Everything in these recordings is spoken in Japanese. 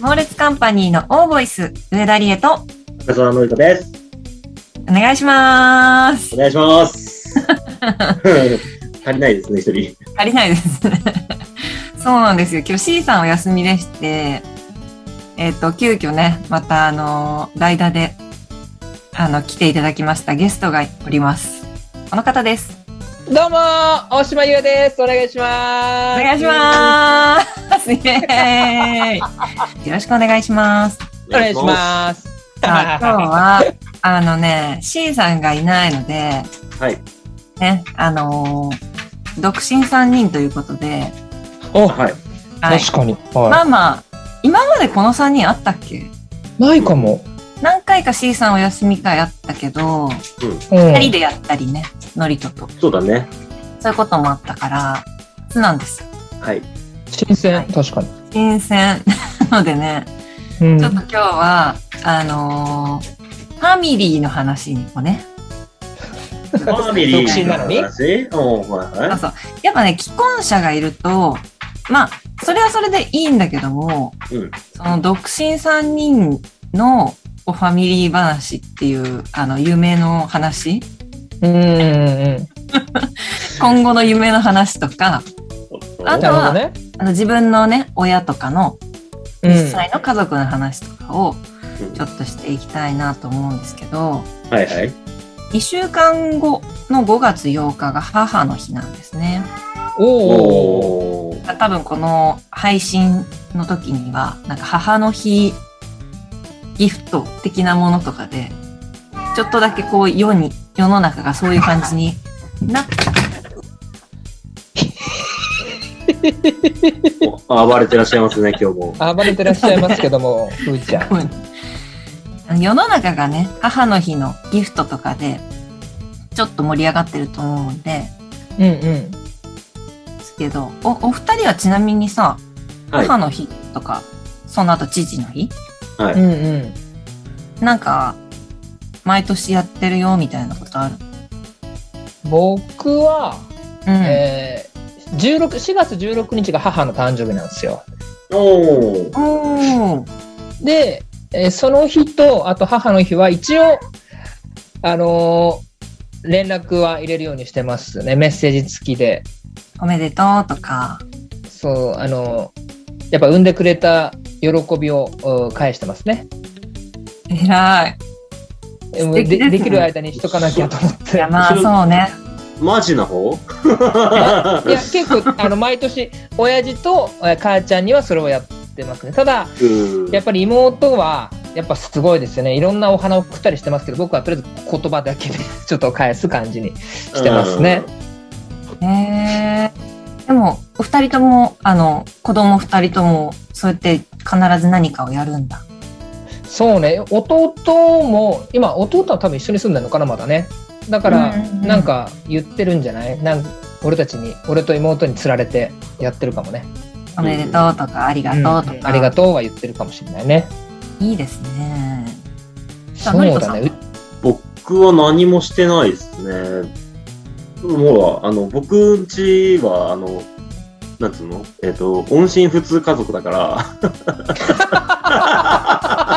モーレツカンパニーのオーボイス、上田理恵と、中澤のりこです。お願いしますお。願いし ます。足りないですね、一人。足りないです ね。そうなんですよ。今日 C さんお休みでして、えっ、と、急遽ね、またあの、代打で、あの、来ていただきましたゲストがおります。この方です。どうもー、大島優です。お願いしまおす。願いし ます。イエーイ。よろしくお願いします。お願いします。さあ、今日は、あのね、C さんがいないので、す。はい。ね、あのー独身3人ということで、お、はい。はい、確かに。まはあまあ、今までこの3人あったっけい。ないかも。何回か C さんお休み会あったけど、うん。 2人でやったりね、ノリトと。そうだね。そういうこともあったから、そうなんですよ。はい。新鮮、確かに。新鮮なのでね、うんちょっと今日は、あのーファミリーの話にもね、ファミリー。独身なのに話うん、はいそうそう。やっぱね、既婚者がいると、まあ、それはそれでいいんだけども、うんその独身3人のおファミリー話っていう、あの、夢の話、うんうん今後の夢の話とか、そううあん。となるほはどね。あの自分のね、親とかのうん実際の家族の話とかをうんちょっとしていきたいなと思うんですけど、はいはい。 2週間後の5月8日が母の日なんですね。おお。おー。多分この配信の時にはなんか母の日ギフト的なものとかでちょっとだけこう世に世の中がそういう感じ になお暴れてらっしゃいます ね、今日も。暴れてらっしゃいますけど も、ふーちゃん。世の中がね母の日のギフトとかでちょっと盛り上がってると思うんでうんうん。すけどおお二人はちなみにさはい。母の日とか、その後父の日はい。うんうん。なんか毎年やってるよみたいなことある、僕は、うんえー、16、4月16日が母の誕生日なんですよ。おー。おーで、えーその日と、あと母の日は一応、あのー連絡は入れるようにしてますね。メッセージ付きで。おめでとうとか、そう、あのーやっぱ産んでくれた喜びをうん返してますね。えらい。で素も敵ですねでできる間にしとかなきゃと思っいて。や、まあ、それそうね。マジな方 いや、結構、あの、毎年、親父とえー母ちゃんにはそれをやってますね。ただ、うんやっぱり妹は、やっぱすごいですよね。いろんなお花を送ったりしてますけど、僕はとりあえず言葉だけで ちょっと返す感じにしてますね。へえ。でも、お二人とも、あの、子供二人とも、そうやって必ず何かをやるんだ。そうね弟も今弟は多分一緒に住んでるのかなまだねだからうんうんうんなんか言ってるんじゃないなん俺たちに俺と妹につられてやってるかもねおめでとうとか、ありがとうとか。んありがとうは言ってるかもしれないねいいですね。じゃあ、そのりこうさだん。ね僕は何もしてないですね。もう、あの、僕んちは、あの、なんつうのえっ、と、音信不通家族だ か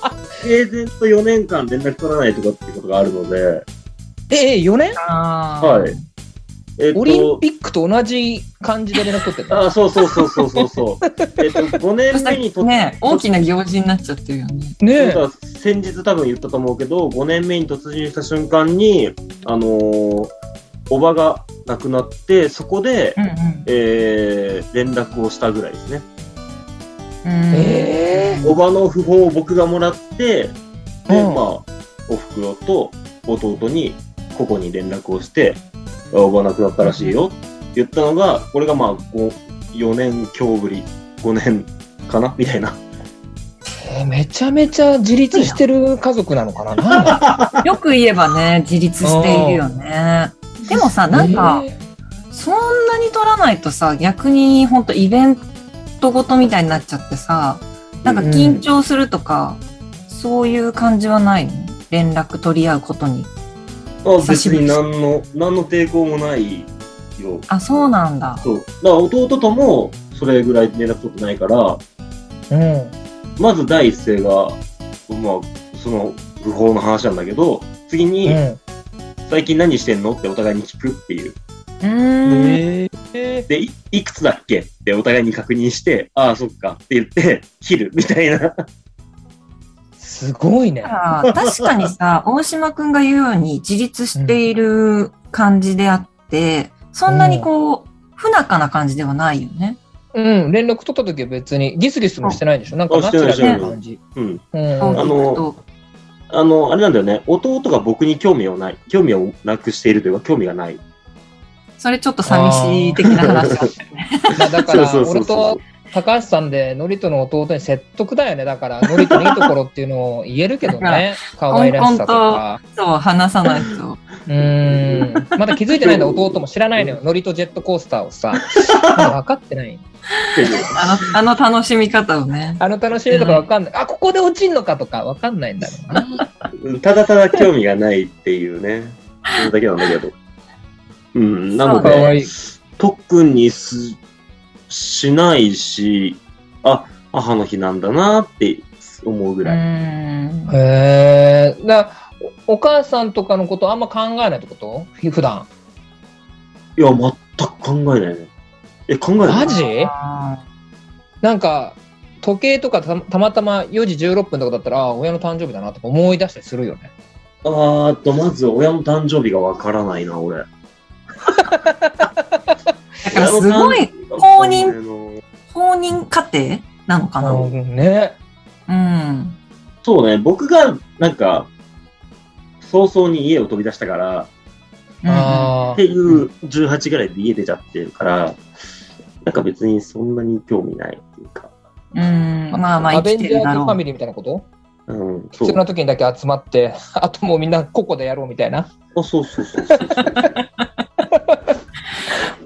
ら。平然と4年間連絡取らないとかっていうことがあるので、ええ4年あーはい。えっ、オリンピックと同じ感じで連絡取ってたあ、そうそうそうそうそうそう。えっと、5そ年し目にた らとね、大きな行事になっちゃってるよね。ねなんえか先日多分言ったと思うけど、5年目に突入した瞬間に、あのー、おばが亡くなって、そこで、うんうん。えー、連絡をしたぐらいですね。えおばの訃報を僕がもらって、で、うんまあ、おふくろと弟に、ここに連絡をして、あおば亡くなったらしいよって言ったのが、これがまあ、5 4年強ぶり、5年かなみたいな。えめちゃめちゃ自立してる家族なのかななんだよく言えばね、自立しているよね。 でもさ、なんか、えそんなに取らないとさ、逆にほんとイベントごとみたいになっちゃってさ、なんか緊張するとか、そういう感じはないの連絡取り合うことに。あ久し別ぶりに何の、何の抵抗もないよ。あ、そうなんだ。そう。だから弟とも、それぐらい連絡取ってないから、うん。まず第一声が、まあ、その、不法の話なんだけど、次に、うん。最近何してんのってお互いに聞くっていう。うん。ええで、いいくつだっけってお互いに確認して、ああ、そっかって言って、切るみ たいな。すごいね。あー確かに さ、大島くんが言うように自立している感じであって、そんなにこう、不仲な感じではないよね。うん。連絡取った時は別にギスギスもしてないんでしょなんかあしナチてュないラルな感じ。うん。うん。そうあ聞のくと。あの、あれなんだよね。弟が僕に興味をない。興味をなくしているというか、興味がない。それちょっと寂しい的な話だったよね。まあだから、そうそうそ俺うそうと高橋さんで、ノリトの弟に説得だよね。だから、ノリトのいいところっていうのを言えるけ どね。可愛らしさとか。そう、話さないと。うーん。まだ気づいてないんだ、弟も知らないのよ。ノリとジェットコースター をさ。まだ分かってない。っていうあの、あの楽しみ方をね。あの楽しみとか分かんない。あ、ここで落ちんのかとか分かんないんだろうな。うんただただ興味がないっていうね。それだけなんだけど。うん。なのそうねで、いい。特にす、しないし、あ、母の日なんだなって思うぐうらい。ーん。へえ。だおお母さんとかのことあんま考えないってことふ普段。いや、全く考えないね。え、考えなマいジあなんか、時計とかたたまたま4時16分とかだったら、あ親の誕生日だなとか思い出したりするよね。あーっと、まず親の誕生日がわからないな、 俺。ーだからすごい公認、認。公認家庭なのかなるほな。どね。うん。そうね、僕が、なんか、早々に家を飛び出したから、あってーいう18ぐらいで家出ちゃってるから、なんか別にそんなに興味ないっていうか、うん。うんまあまあ生アベきンジてャるーだズろファミう。リーみたいなことうん、そ必う要。な時にだけ集まって、 あともうみんな個々でやろうみたいな。あそうそうそうそう。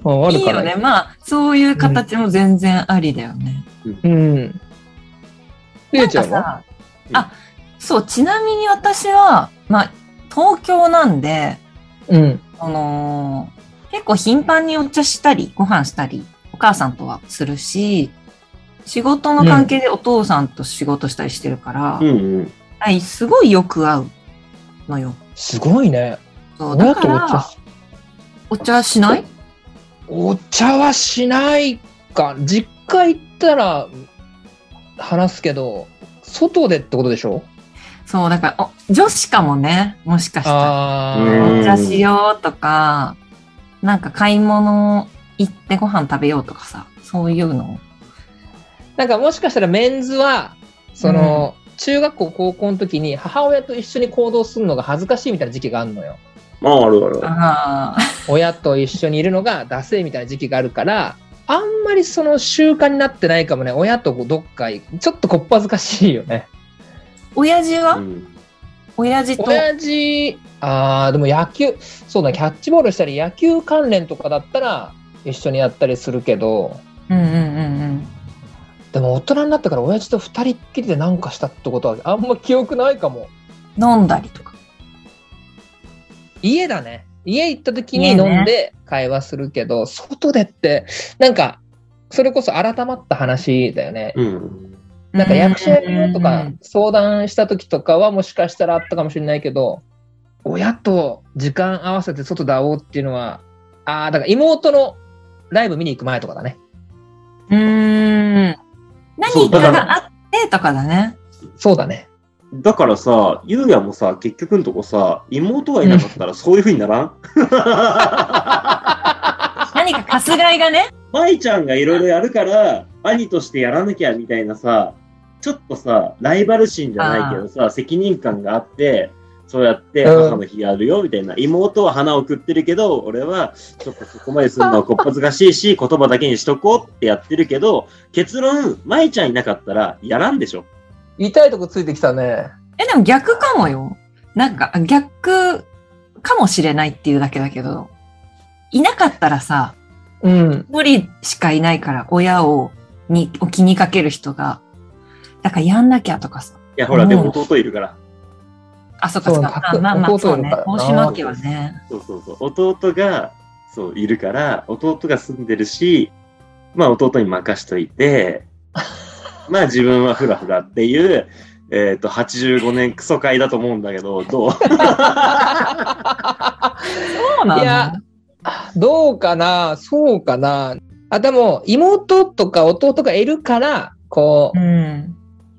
うん、いいよね。。まあ、そういう形も全然ありだよね。うん。りえちゃんなんはかさあ、そう、ちなみに私は、まあ、東京なんで、うん。あのー結構頻繁にお茶したり、ご飯したり、お母さんとはするし、仕事の関係でお父さんと仕事したりしてるから、うんうん。はい、すごいよく会うのよ。すごいね。そうだから、お茶しないお茶はしないか。実家行ったら話すけど、外でってことでしょそう、だから、お女子かもね、もしかしたら。あーお茶しようとか、なんか買い物行ってご飯食べようとかさ、そういうの。なんかもしかしたらメンズは、その、中学校、高校の時に母親と一緒に行動するのが恥ずかしいみたいな時期があるのよ。まあ、あるある。ああ、親と一緒にいるのがダセえみたいな時期があるから、あんまりその習慣になってないかもね。親とどっか行く、ちょっとこっぱずかしいよね。親父は、うん親父と、親父、あー、でも野球、そうだ、キャッチボールしたり、野球関連とかだったら、一緒にやったりするけど、うんうんうんうん。でも大人になったから、親父と二人っきりでなんかしたってことは、あんま記憶ないかも。飲んだりとか。家だね。家行った時に家ね飲んで会話するけど、外でって、なんか、それこそ改まった話だよね。うん。なんか役者やるよとうんうんかうん相談した時とかはもしかしたらあったかもしれないけど、親と時間合わせて外で会おうっていうのは、ああ、だから妹のライブ見に行く前とかだね。うーん。そう何だかからがあってとかだね。そうだね。だからさ、ゆうやもさ、結局のとこさ、妹がいなかったらそういう風にならん何かかすがいがね。舞ちゃんがいろいろやるから、兄としてやらなきゃみたいなさ、ちょっとさ、ライバル心じゃないけどさ、責任感があって、そうやってうん母の日やるよみたいな、妹は花を送ってるけど、俺はちょっとそこまでするのはこっぱずかしいし、言葉だけにしとこうってやってるけど、結論、舞ちゃんいなかったらやらんでしょ。痛いとこついてきたね。え、でも逆かもよ。なんか逆かもしれないっていうだけだけど、いなかったらさ、 うん。一人しかいないから親を、に、お気にかける人が、だからやんなきゃとかさ。いや、ほら、うんでも弟いるから。あ、そっかそっそうか。かあまあまあ、そ弟ういるねから。な大島家はね。そうそうそう。弟が、そう、い るから、弟が住んでるし、まあ弟に任しといて、な自分はフラフラっていう、えっ、と、85年クソ会だと思うんだけど、どう そうなのいやどうかなそうかなあ、でも、妹とか弟がいるから、こうう、ん。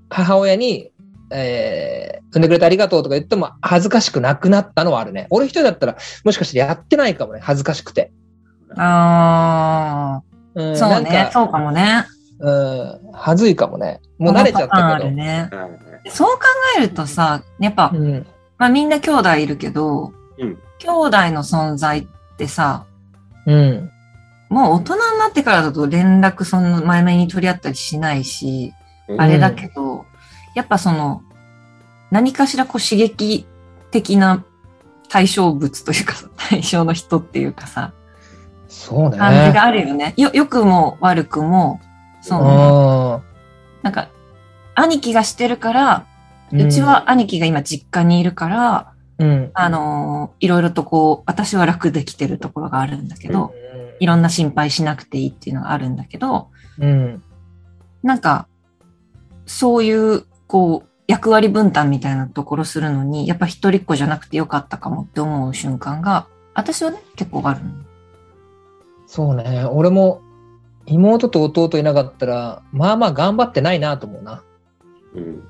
母親に、えー産んでくれてありがとうとか言っても恥ずかしくなくなったのはあるね。俺一人だったら、もしかしてやってないかもね。恥ずかしくて。あうあ、ん、そうなねん。かそうかもね。うん、恥ずいかもね。もう慣れちゃっこのパたタけーンあど。るね。そう考えるとさ、やっぱ、うん、まあみんな兄弟いるけど、うん兄弟の存在ってさ、うん、もう大人になってからだと連絡そんな前々に取り合ったりしないし、うんあれだけど、やっぱその、何かしらこう刺激的な対象物というかさ、 対象の人っていうかさ、そうね。感じがあるよね。よ、良くも悪くも、その、うなんか、兄貴がしてるから、んうち、は兄貴が今実家にいるから、うん、あのーいろいろとこう、私は楽できてるところがあるんだけど、いろんな心配しなくていいっていうのがあるんだけど、うん、なんか、そういう、こう、役割分担みたいなところするのに、やっぱ一人っ子じゃなくてよかったかもって思う瞬間が、私はね、結構 あるの。そうね。俺も妹と弟いなかったら、まあまあ頑張ってないなと思うな。うん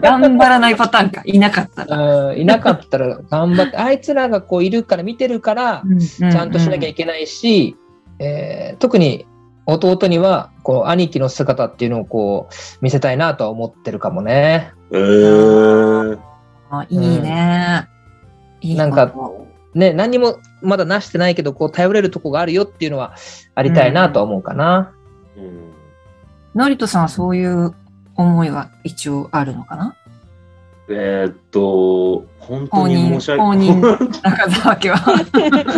頑張らないパターンか、いなかったら。うん、いなかったら頑張って、 あいつらがこういるから見てるから、ちちゃんとしなきゃいけないし、えー特に弟にはこう兄貴の姿っていうのをこう見せたいなとは思ってるかもね。えー、あいいね。いいなんかね何にもまだなしてないけどこう頼れるとこがあるよっていうのはありたいなとは思うか な。うんのりとさんはそういう思いは一応あるのかなえーっと、本公当に認、申し訳公認、中沢家 は。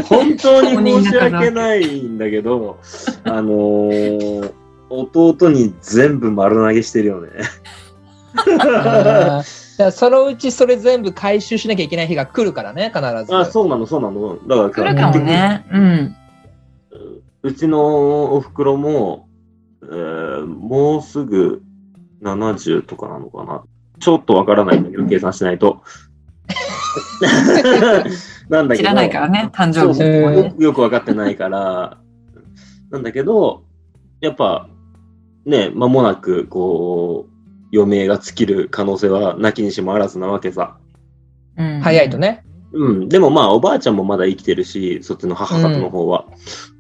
本当に申し訳ないんだけど、あのー弟に全部丸投げしてるよね。うんだからそのうちそれ全部回収しなきゃいけない日が来るからね必ず。あ、そうなの、そうなの。だか来ら、るかもね。うん。うちのお袋も、えーもうすぐ70とかなのかな。ちょっとわからないんだけど、計算しな いと。 なんだけ知ど。らないからね、誕そ生う日。へーよくよく分かってないから、なんだけど、やっぱ、ね、間もなく、こう、余命が尽きる可能性はなきにしもあらずなわけさ。うん早いと。ね。うん、でもまあ、おばあちゃんもまだ生きてるし、そっちの母方の方は。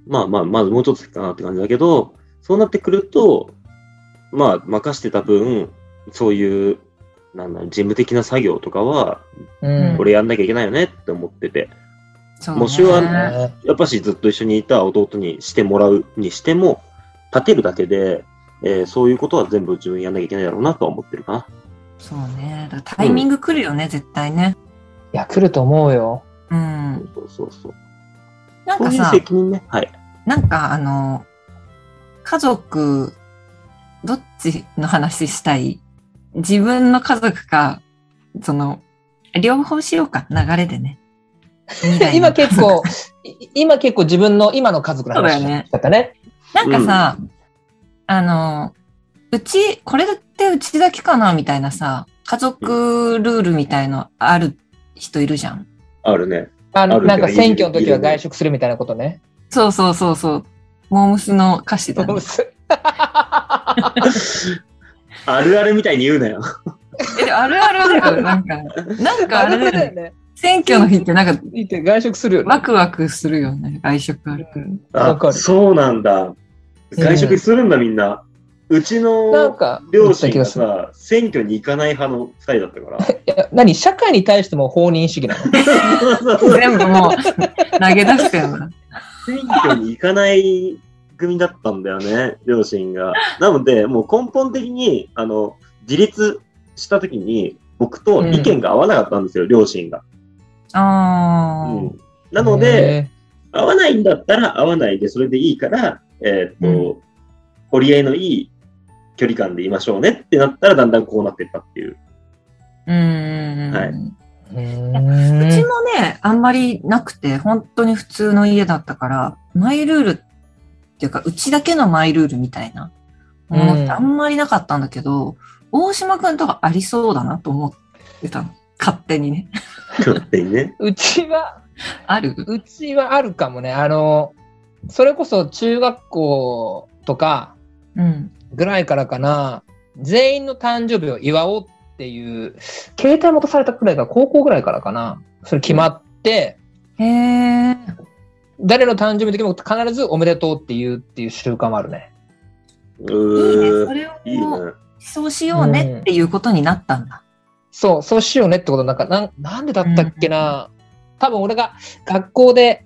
まあまあ、まずもうちょっと先かなって感じだけど、そうなってくると、まあ、任してた分、そういう、なんだろう、事務的な作業とかは、うんこれやんなきゃいけないよねって思ってて。そうもう手話ね。ねやっぱしずっと一緒にいた弟にしてもらうにしても、立てるだけで、えーそういうことは全部自分やんなきゃいけないだろうなとは思ってるかな。そうね。だからタイミング来るよね、絶対ね。いや来ると思うよ。うん。そうそうそう。なんそうかいうさ、責任ね。はい。なんかあの、家族、どっちの話したい自分の家族か、その、両方しようか、流れで ね。未来の 今結構い今結構自分の今の家族の話そうだよねしちゃったね。なんかさ、あの、うち、これってうちだけかなみたいなさ、家族ルールみたいのある人いるじゃん。ある ね。ああのるなんかいる選挙の時はいる外食するみたいなことね。そうそうそうそう。モームスの歌詞だ、ね。あるあるみたいに言うなよ。え、あるあるあるから、なんか、なんかあれだよね。ね。選挙の日ってなんか、いって外食するよね。ワクワクするよね。外食ある。うんわあか、る。そうなんだ。外食するんだ、みんな。うちなんのか、両親言がってた気するさ、選挙に行かない派の二人だった から。いや何社会に対しても放任主義なの全部もう、投げ出してるな。選挙に行かない組だったんだよね、両親が。なので、もう根本的に、あの、自立した時に、僕と意見が合わなかったんですよ、両親が。うあー。ん、なので、合わないんだったら合わないで、それでいいから、えーっと、折り合いのいい距離感でいましょうねってなったら、だんだんこうなっていったって いう。うーん。はいうーうんちもね、あんまりなくて、本当に普通の家だったから、マイルールっていうか、うちだけのマイルールみたいなものってあんまりなかったんだけど、大島くんとかありそうだなと思ってたの。勝手にね。勝手にね。うちは、あるうちはあるかもね。あの、それこそ中学校とかうん。ぐらいからかな、全員の誕生日を祝おうっていう、携帯持たされたくらいから、高校ぐらいからかな。それ決まって、へえ。誰の誕生日の時も必ずおめでとうって言うっていう習慣はあるね。ういいね。ーそん。れをいいね。そうしようねっていうことになったんだ。そう、そうしようねってことなんか、なんなんでだったっけな、多分俺が学校で、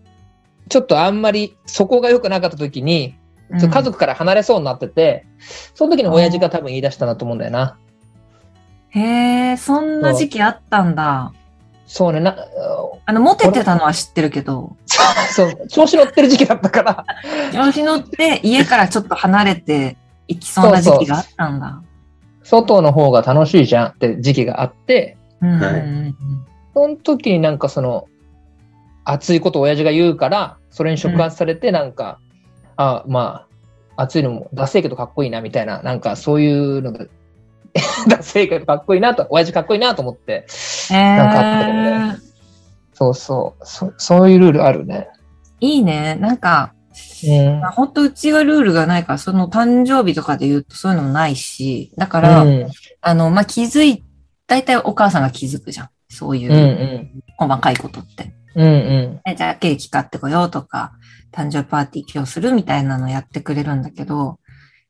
ちょっとあんまりそこが良くなかった時に、うんちょっと家族から離れそうになってて、その時に親父が多分言い出したなと思うんだよな。へえ、そんな時期あったんだ。そうね、な、あの、モテてたのは知ってるけど、そう、調子乗ってる時期だったから、調子乗って家からちょっと離れていきそうな時期があったんだ。外の方が楽しいじゃんって時期があって、うんうんはその時になんかその、熱いことを親父が言うから、それに触発されてなんか、あ、まあ、熱いのもダセいけどかっこいいなみたいな、なんかそういうのが、 ダセいけどかっこいいなと、親父かっこいいなと思って、うん。なんかあったかもねへえ。そうそう、そそういうルールあるね。いいね。なんか、うんまあ、本当うちはルールがないから、その誕生日とかで言うとそういうのもないし、だから、うんあの、まあ、気づい、大体お母さんが気づくじゃん。そういうんううん。細かいことって。うんうん。えじゃあケーキ買ってこようとか、誕生日パーティー今日するみたいなのやってくれるんだけど、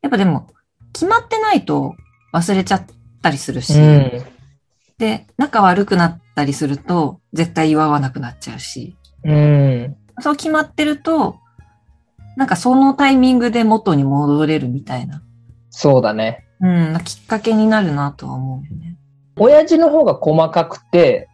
やっぱでも、決まってないと忘れちゃったりするし、うんで、仲悪くなったりすると、絶対祝わなくなっちゃうし、うん。そう決まってると、なんかそのタイミングで元に戻れるみたいな、そうだね。うん、きっかけになるなとは思うよね。親父の方が細かくて、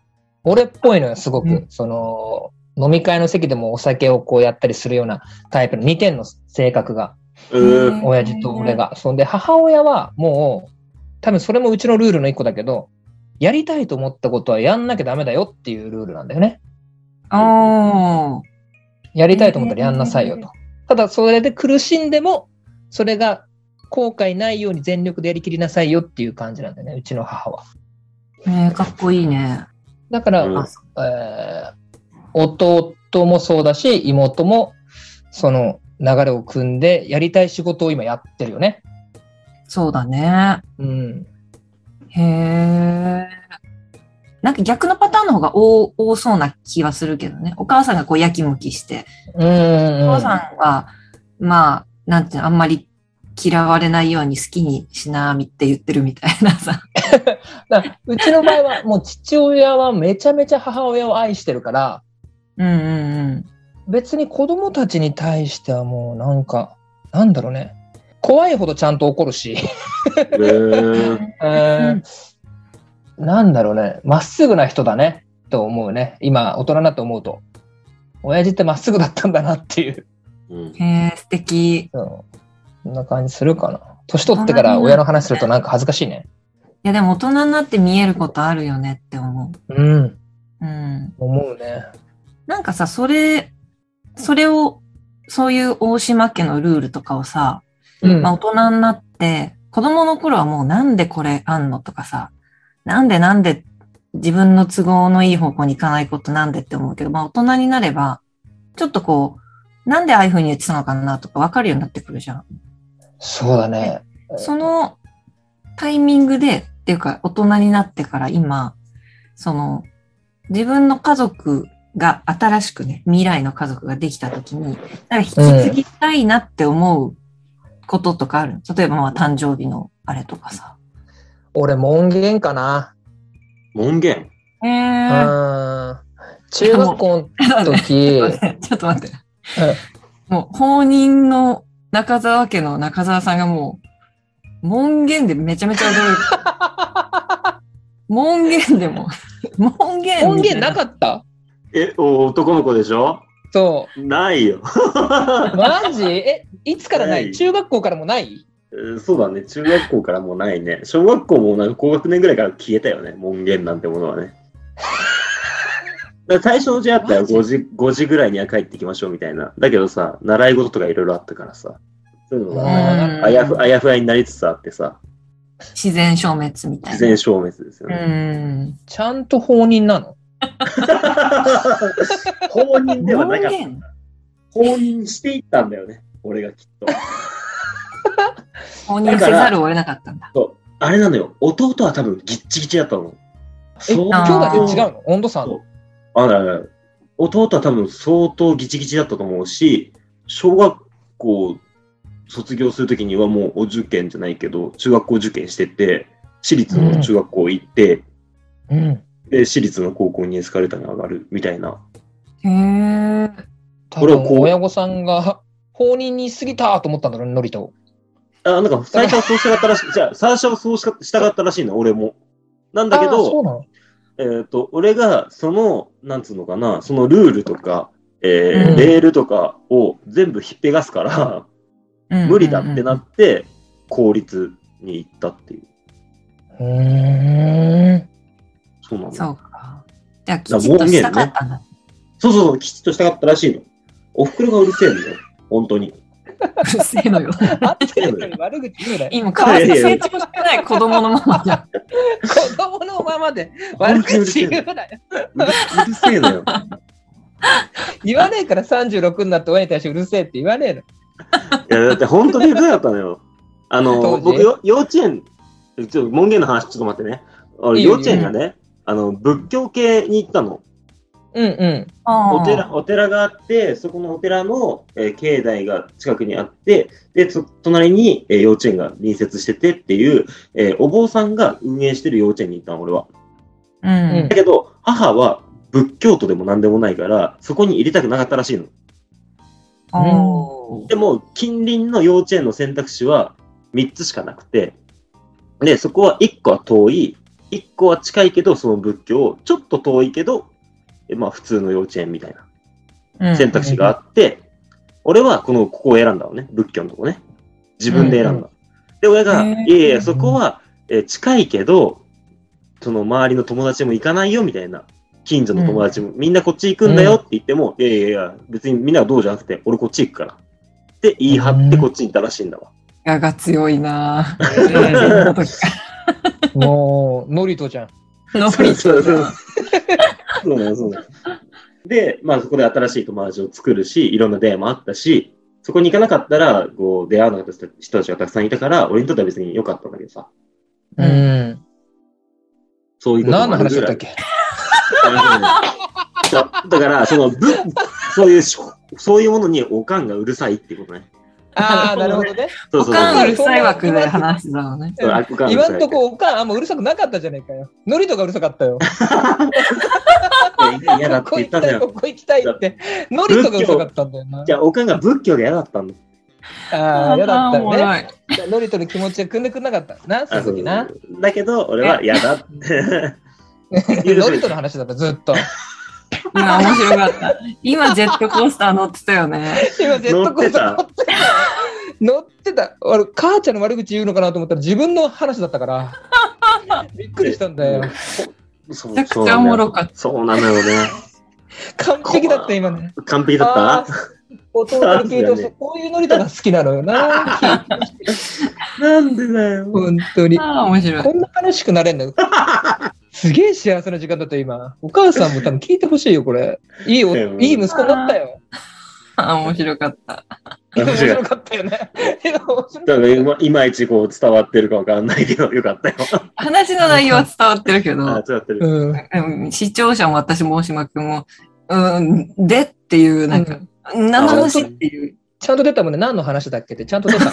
俺っぽいのよ、すごく。うんその、飲み会の席でもお酒をこうやったりするようなタイプの2点の性格が、うーん。親父と俺が。そんで、母親はもう、多分それもうちのルールの1個だけど、やりたいと思ったことはやんなきゃダメだよっていうルールなんだよね。おー。やりたいと思ったらやんなさいよと。ただ、それで苦しんでも、それが後悔ないように全力でやりきりなさいよっていう感じなんだよね、うちの母は。ねえかっこいいね。だから、うんあそえー弟もそうだし妹もその流れを組んでやりたい仕事を今やってるよね。そうだね。うん、へえ。なんか逆のパターンの方が多多そうな気はするけどね。お母さんがこうやきもきして、うんうんうんお父さんは、まあ、なんていうの、あんまり嫌われないように好きにしなみって言ってるみたいなさ。だからうちの場合はもう父親はめちゃめちゃ母親を愛してるからうんうん別に子供たちに対してはもうなんかなんだろうね怖いほどちゃんと怒るし、うーん。 うんなんだろうねまっすぐな人だねと思うね今大人になって思うと親父ってまっすぐだったんだなっていう。うんうん。へえ、素敵。いそうそんな感じするかな。年取ってから親の話するとなんか恥ずかしいね。や、でも大人になって見えることあるよねって思うん。う。うん。思うね。なんかさ、それ、それを、そういう大島家のルールとかをさ、うんまあ、大人になって、子供の頃はもうなんでこれあんのとかさ、なんでなんで自分の都合のいい方向に行かないことなんでって思うけど、まあ大人になれば、ちょっとこう、なんでああいう風に言ってたのかなとかわかるようになってくるじゃん。そうだね。そのタイミングで、っていうか大人になってから今、その、自分の家族が新しくね、未来の家族ができた時に、なんか引き継ぎたいなって思うこととかある、例えばまあ誕生日のあれとかさ。俺、門限かな。門限。えうー、ん。中学校の時、 ちょっと待って。もう、法人の中沢家の中沢さんがもう、門限でめちゃめちゃ驚いた。 門限でも、門限門限なかったえ、お男の子でしょそないよ。う。マジえ、いつからなないい中学校からもないえーそうだね。中学校からもうないね。小学校もなんか高学年ぐらいから消えたよね。門限なんてものはね。だから最初のうちあったよ。マジ5時、5時ぐらいには帰ってきましょうみたいな。だけどさ、習い事とかいろいろあったからさ。そういうのんが、あやふ、あやふやになりつつあってさ、自然消滅みたいな。自然消滅ですよね。うん。ちゃんと放任なの放任ではなかっ人た。放任していったんだよね、俺がきっと。間放任せざるを得なかったんだ。あれなのよ、弟は多分ギッチギチだったの。え、兄相あー弟って違うの温度差あんのあらら弟は多分相当ギチギチだったと思うし、小学校卒業するときにはもうお受験じゃないけど、中学校受験してて、私立の中学校行って、うん。で、私立の高校にエスカレーターに上がるみたいな。へえ。多これをこ分う親御さんが放任に過ぎたと思ったんだろうね、ノリと。あ、なんか最初はそうしたかったらしい。じゃあ、最初はそうしたしたかったらしいの、俺も。なんだけあーそど、うなのえっ、と、俺がその、なんつうのかな、そのルールとか、えーうんレールとかを全部ひっぺがすから、無理だってなって、公立に行ったっていう。うーん。そうなの。そそううか。じゃあ、きちっとしたかったんだ。そうそう、きちっとしたかったらしいの。お袋がうるせえんだよ。本当に。うるせえの よ。あってるのに悪口言うなよ。今、かわいそう成長してない子供のままじゃん。子供のままで悪口言うなよ。うるうるせえの よ。言わねえから36になって親に対してうるせえって言わねえの。いや、だって本当にうるせえだったのよ。あ当の、時僕よ、幼稚園、ちょっと門限の話ちょっと待ってね。俺いいよ幼稚園がね、あの、仏教系に行ったの。うんうん。 おあ寺、お寺があって、そこのお寺の、えー境内が近くにあって、で、そ隣に、えー幼稚園が隣接しててっていう、えーお坊さんが運営してる幼稚園に行ったの、俺は。あうんうんだけど、母は仏教徒でも何でもないから、そこに入れたくなかったらしいの。おーでも、近隣の幼稚園の選択肢は3つしかなくて、で、そこは1個は遠い、1個は近いけど、その仏教、ちょっと遠いけど、えまあ普通の幼稚園みたいな。うん選択肢があって、俺はこの、ここを選んだのね。仏教のとこね。自分で選んだ。で、親が、へいーやいや、そこは、えー近いけど、その周りの友達も行かないよ、みたいな。近所の友達も、みんなこっち行くんだよって言っても、いやいやいや、別にみんなはどうじゃなくて、俺こっち行くから。って言い張ってこっちに行ったらしいんだわ。我が強いなぁ。うんもう、ノリとじゃん。ノそうリそうそう。そうなの、そうなの。で、まあそこで新しい友達を作るし、いろんな出会いもあったし、そこに行かなかったら、こう、出会わなかった人たちがたくさんいたから、俺にとっては別に良かったんだけどさ。うん。そういうこと何ものある話ぐだらったっい。けそうだから、その、ぶそういうしょ、そういうものにおかんがうるさいってことね。ああ、なるほどね。そうおそうかんうそうるさい枠で話してたのね。そう。あおかんうる今さいんとこおかんあんまうるさくなかったじゃねえかよ。ノリとかうるさかったよ。いや嫌だっこてこ言ったん行きただい、よ。ここ行きたいって。ノリとかうるさかったんだよなじ。ゃあ、おかんが仏教が嫌だったんだ。ああ、嫌だったおよもね。ろい。ノリとの気持ちがくんでくんなかった。な、その時な。だけど、俺は嫌だって。許ノせリるとの話だった、ずっと。今面白かった。今ジェットコースター乗ってたよね。今、ジェットコースター乗ってた。乗ってた。俺、母ちゃんの悪口言うのかなと思ったら、自分の話だったから。 びっくりしたんだよ。そうめちゃくちゃおもろかった。そうなのよね。完璧だった、今ね。完璧だっ弟の聞いてほしいこういうノリとか好きなのよな。 たなんでだよ。本当に。ああ、面白い。こんな楽しくなれんのすげえ幸せな時間だったよ今。お母さんも多分聞いてほしいよ、これ。いいお、うんいい息子になったよ。ああ、面白かった。面面白い白かったよね。 面白かだっかたらいまいまいちこう伝わってるかわかんないけど、よかったよ。話の内容は伝わってるけあど、伝わってる。うん。うん視聴者も私も大島君も、うん、でっていう、なんか、何の話っていう。ちゃんと出たもんね。何の話だっけって、ちゃんと出た。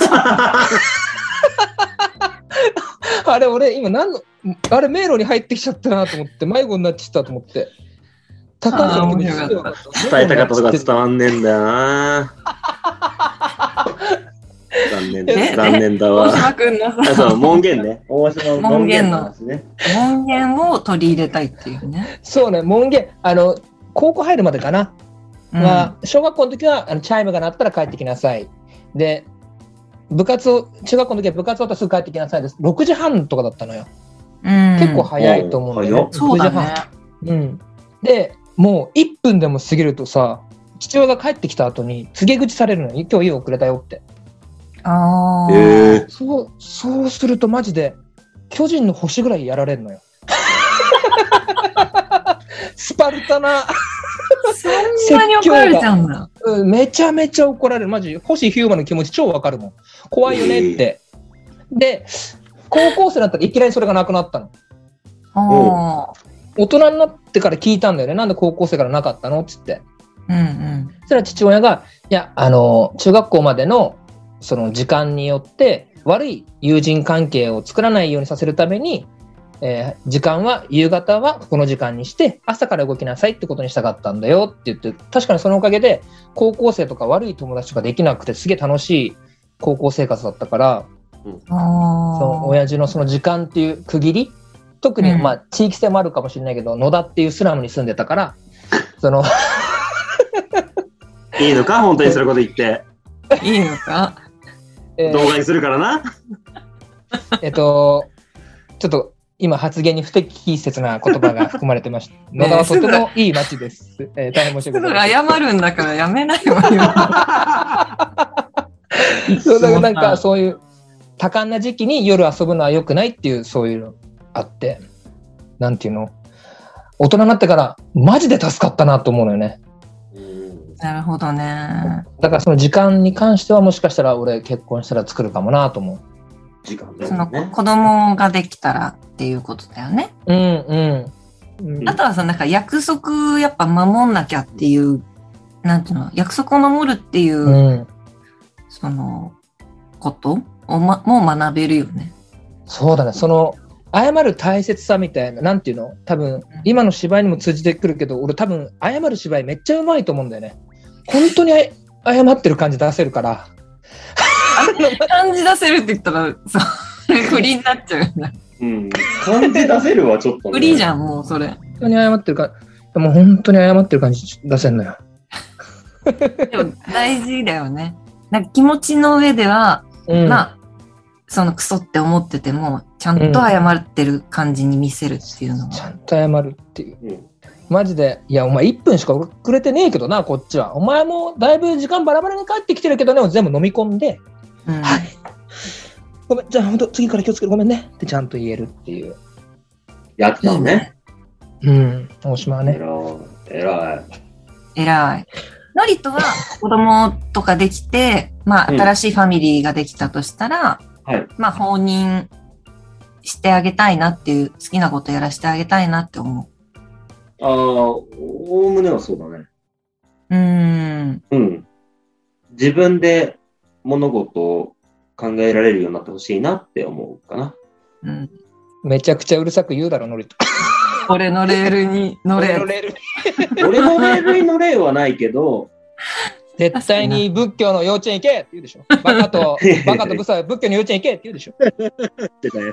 あれ、俺、今何の、あれ、迷路に入ってきちゃったなと思って、迷子になっちゃったと思って。高橋の気持ちあー面白か伝えたかったとかた。伝わんねえんだよ な。残念だ。残念だ大わ。島君のあさ、そう、門限ね。大島の門限の話ね。門限を取り入れたいっていうね。そうね、門限、あの、高校入るまでかな。うんは小学校の時はあのチャイムが鳴ったら帰ってきなさい。で、部活を、中学校の時は部活終わったらすぐ帰ってきなさいです。6時半とかだったのよ。うん結構早いと思うんだよ、ねうんそうだね。 6時半。うん。で、もう1分でも過ぎるとさ、父親が帰ってきた後に告げ口されるのに、今日家遅れたよって。ああ。ええそう、そうするとマジで、巨人の星ぐらいやられんのよ。 スパルタな、そんなに怒られちゃうんだ。うんめちゃめちゃ怒られる。マジ、星ヒューマの気持ち超わかるもん。怖いよねって。で、高校生になったらいきなりそれがなくなったの。ああ。大人になってから聞いたんだよね。なんで高校生からなかったのっつって。うんうん。そしたら父親が、いや、あの、中学校までの、その時間によって、悪い友人関係を作らないようにさせるために、えー時間は、夕方はこの時間にして、朝から動きなさいってことにしたかったんだよって言って、確かにそのおかげで、高校生とか悪い友達とかできなくて、すげえ楽しい高校生活だったから、ああ。その親父のその時間っていう区切り、特にうんまあ地域性もあるかもしれないけど、野田っていうスラムに住んでたから、その、いいのか本当にそれこと言って。いいのかえー動画にするからな。えっと、ちょっと今発言に不適切な言葉が含まれてま した。野田はとてもいい街です。えー大変申しす訳ぐござい謝ません。るんだからやめないわよ。そうだからなんかそういう多感な時期に夜遊ぶのは良くないっていうそういうのあって、なんていうの大人になってからマジで助かったなと思うのよね。うんなるほどね。だからその時間に関してはもしかしたら俺結婚したら作るかもなと思う。時間だそのよ子ね。子供ができたらっていうことだよね。うんうん。うんあとはさ、なんか約束やっぱ守んなきゃっていう、なんていうの、約束を守るっていうう、ん、その、ことを、ま、もう学べるよね。そうだね、その、謝る大切さみたいな、なんていうの多分、今の芝居にも通じてくるけど、俺多分、謝る芝居めっちゃうまいと思うんだよね。本当にあい謝ってる感じ出せるから。感じ出せるって言ったら、 そう、フリーになっちゃうよね。うん。感じ出せるはちょっとね。フリーじん。ゃん、もうそれ。本当に謝ってるか、でも本当に謝ってる感じ出せんのよ。でも大事だよね。なんか気持ちの上では、うん。まあ、そのクソって思ってても、ちゃんと謝ってる感じに見せるっていうのちゃは。んと謝るっていう。うんマジで、いや、お前1分しか遅れてねえけどな、こっちは。お前もだいぶ時間バラバラに帰ってきてるけどね、を全部飲み込んで、うん、はい。ごめん、じゃあ本当、次から気をつける、ごめんねってちゃんと言えるっていう。やったね。。うん、大島はえね。らい。えらい。偉い。ノリとは子供とかできて、まあ、うん新しいファミリーができたとしたら、はいまあ、放任してあげたいなっていう、好きなことやらしてあげたいなって思ああ、おおむねはそうだね。う。うーん。うん。自分で物事を考えられるようになってほしいなって思うかな。うん、めちゃくちゃうるさく言うだろ、ノリと。俺のレールに乗れ。乗れる俺のレールの例はないけど、絶対に仏教の幼稚園行けって言うでしょ。バ カと、バカとブサは仏教の幼稚園行けって言うでしょ。ってたよ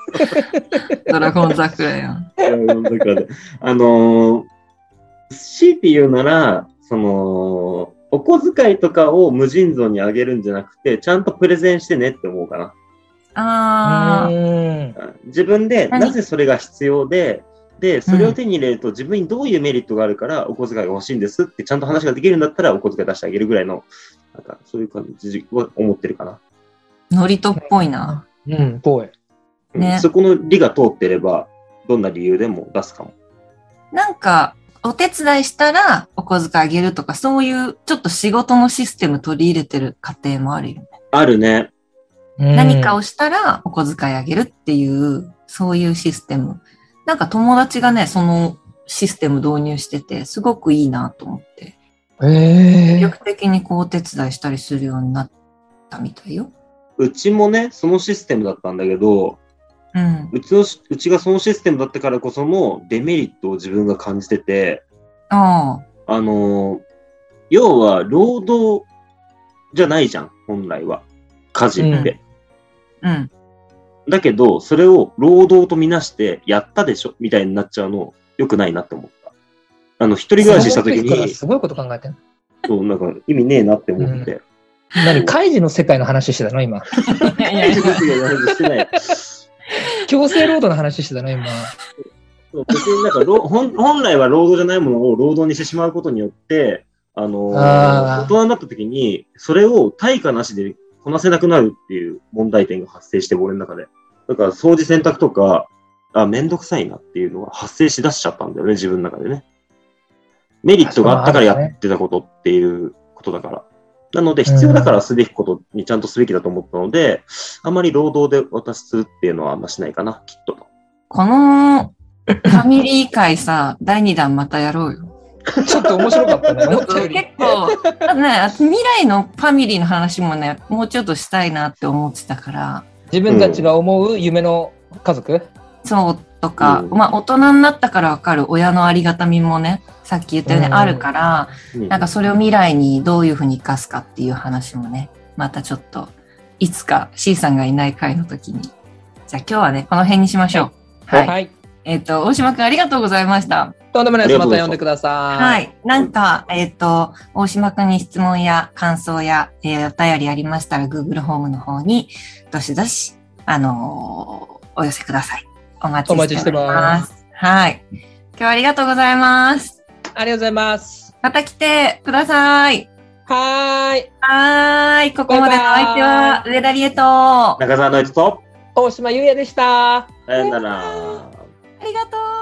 ドラゴン桜やん。だからあのー、強いて言うなら、その、お小遣いとかを無尽蔵にあげるんじゃなくて、ちゃんとプレゼンしてねって思うかな。あう自分で何なぜそれが必要で、で、それを手に入れると自分にどういうメリットがあるからお小遣いが欲しいんですってちゃんと話ができるんだったらお小遣い出してあげるぐらいの、なんかそういう感じは思ってるかな。ー、ノリとっぽいな。ん。うん、ぽい。うんねそこの理が通ってれば、どんな理由でも出すかも。なんか、お手伝いしたらお小遣いあげるとか、そういうちょっと仕事のシステム取り入れてる家庭もあるよね。あるね。何かを。をしたらお小遣いあげるっていう、そういうシステム。なんか友達がね、そのシステム導入してて、すごくいいなと思って、え魅ー、力的にこうお手伝いしたりするようになったみたいよ。うちもね、そのシステムだったんだけど、うん。うちのし、うちがそのシステムだったからこそのデメリットを自分が感じてて、ああ、あのー要は労働じゃないじゃん、本来は。家事って。うん。だけど、それを労働とみなして、やったでしょみたいになっちゃうの、良くないなって思った。あの、一人暮らしした時そのに、すごいこと考えてる。そう、なんか意味ねえなって思って。何、開示の世界の話してたの今。いやいや大い丈や夫ですよ大丈夫ですしてない。強制労働の話してたの今。そう別になんか労本本来は労働じゃないものを労働にしてしまうことによって、あのーあ大ー人になった時に、それを対価なしでこなせなくなるっていう問題点が発生して、俺の中で。だから掃除洗濯とか、あ、めんどくさいなっていうのが発生しだしちゃったんだよね、自分の中でね。メリットがあったからやってたことっていうことだから。なので、必要だからすべきことにちゃんとすべきだと思ったので、あまり労働で渡するっていうのはあんましないかな、きっと。この、ファミリー会さ、第2弾またやろうよ。ちょっと面白かった ね、思ったよ結り。構、あとね、あと未来のファミリーの話もね、もうちょっとしたいなって思ってたから、自分たちが思う夢の家族そうとか、うんまあ大人になったからわかる親のありがたみもね、さっき言ったようにうんあるから、うんなんかそれを未来にどういうふうに生かすかっていう話もね、またちょっと、いつか C さんがいない回の時に。じゃあ今日はね、この辺にしましょう。はい。はい。えっ、と、大島くんありがとうございました。とんでもないであす。りがとまうございますた呼んでください。はい。なんか、えっ、と、大島くんに質問や感想や、えーお便りありましたら、Google ホームの方に、どしどし、あのーお寄せください。お待ちしております。。お待ちしてますはい。今日はありがとうございます。ありがとうございます。また来てください。はーい。はーい。ここまでのお相手は、上田理恵と、あ中澤のやつと、哎大島優也でした。さよなら。りがとう